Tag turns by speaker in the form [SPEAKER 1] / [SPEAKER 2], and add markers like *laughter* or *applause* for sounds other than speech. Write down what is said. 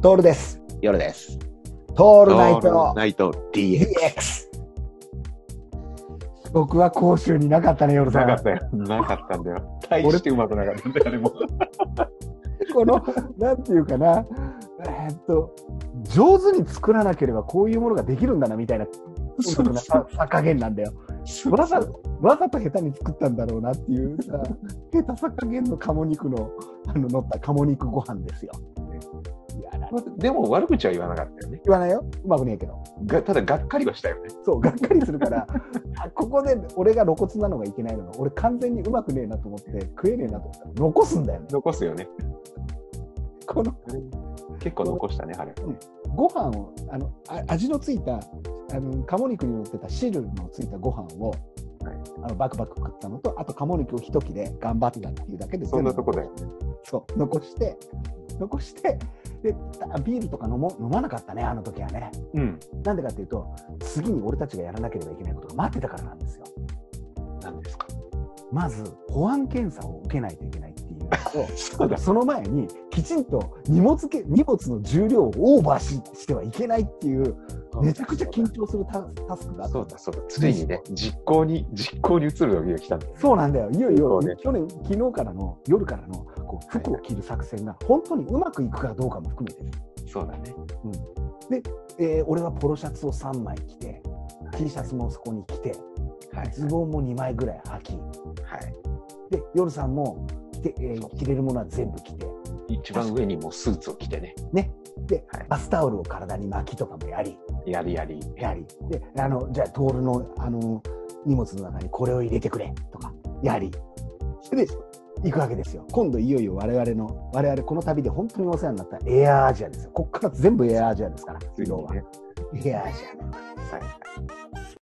[SPEAKER 1] トールです。
[SPEAKER 2] 夜です。
[SPEAKER 1] ト
[SPEAKER 2] オ
[SPEAKER 1] ールナイト
[SPEAKER 2] ナイト DX。
[SPEAKER 1] DX。僕は講習になかったね、夜さ
[SPEAKER 2] なか
[SPEAKER 1] ん
[SPEAKER 2] っ。たよ。なかったんだよ。大してうまくなかったんだよ、あれも。
[SPEAKER 1] この、なんていうかな、えーっと、上手に作らなければこういうものができるんだな、みたいな、
[SPEAKER 2] そうそう
[SPEAKER 1] ささ加減なんだよ。わざわざと下手に作ったんだろうなっていうさ、下手さ加減の鴨肉の、あの、乗った鴨肉ご飯ですよ。いやな
[SPEAKER 2] でも悪口は言わなかったよね。
[SPEAKER 1] 言わないよ。うまくねえけど。
[SPEAKER 2] がただ、がっかりはしたよね。
[SPEAKER 1] そう、がっかりするから、 *laughs* あここで俺が露骨なのがいけないのが、俺完全にうまくねえなと思って、食えねえなと思ったら、残すんだよね。
[SPEAKER 2] 残すよね。
[SPEAKER 1] この
[SPEAKER 2] 結構残したね、あれ。
[SPEAKER 1] ご飯を、あの、あ味のついた、あの、鴨肉に乗ってた汁のついたご飯を、あのバクバク食ったのと、あと鴨肉を一切れ頑張ったっていうだけで
[SPEAKER 2] そんな
[SPEAKER 1] 全部
[SPEAKER 2] とこだよね。
[SPEAKER 1] そう、残して、残して、で、たビールとか飲も飲まなかったね、あの時はね。
[SPEAKER 2] うん。
[SPEAKER 1] なんでかっていうと、次に俺たちがやらなければいけないことが待ってたからなんですよ。
[SPEAKER 2] 何ですか
[SPEAKER 1] まず、保安検査を受けないといけないっていう
[SPEAKER 2] *laughs* そ
[SPEAKER 1] のと、。その前に、きちんと荷物け荷物の重量をオーバーししてはいけないっていう、めちゃくちゃ緊張するタタスクがあった
[SPEAKER 2] そうだ、そうだ。ついにね、実行に、実行に移る時が来たんだよ。
[SPEAKER 1] そうなんだよ、いよいよ、
[SPEAKER 2] そうね
[SPEAKER 1] 去年、昨日からの夜からのこう服を着る作戦が、本当にうまくいくかどうかも含めて
[SPEAKER 2] そうだね。
[SPEAKER 1] えー俺はポロシャツを3枚着て、
[SPEAKER 2] い
[SPEAKER 1] T シャツもそこに着て、
[SPEAKER 2] はい。
[SPEAKER 1] ズボンも2枚ぐらい履き、
[SPEAKER 2] はい。
[SPEAKER 1] で、夜さんも着て、えー着れるものは全部着て、
[SPEAKER 2] 一番上にもうスーツを着てね。
[SPEAKER 1] ね。で、
[SPEAKER 2] はい
[SPEAKER 1] バスタオルを体に巻きとかもやり、
[SPEAKER 2] やりやり。
[SPEAKER 1] やり、で、あの、じゃあ、トールの、あの、荷物の中にこれを入れてくれとか、やり。で、行くわけですよ。今度、いよいよ我々の、我々この旅で本当にお世話になったエアアジアですよ。ここから全部エアアジアですから、
[SPEAKER 2] つい
[SPEAKER 1] 要
[SPEAKER 2] に
[SPEAKER 1] は。
[SPEAKER 2] ね。
[SPEAKER 1] エアアジア。
[SPEAKER 2] はい。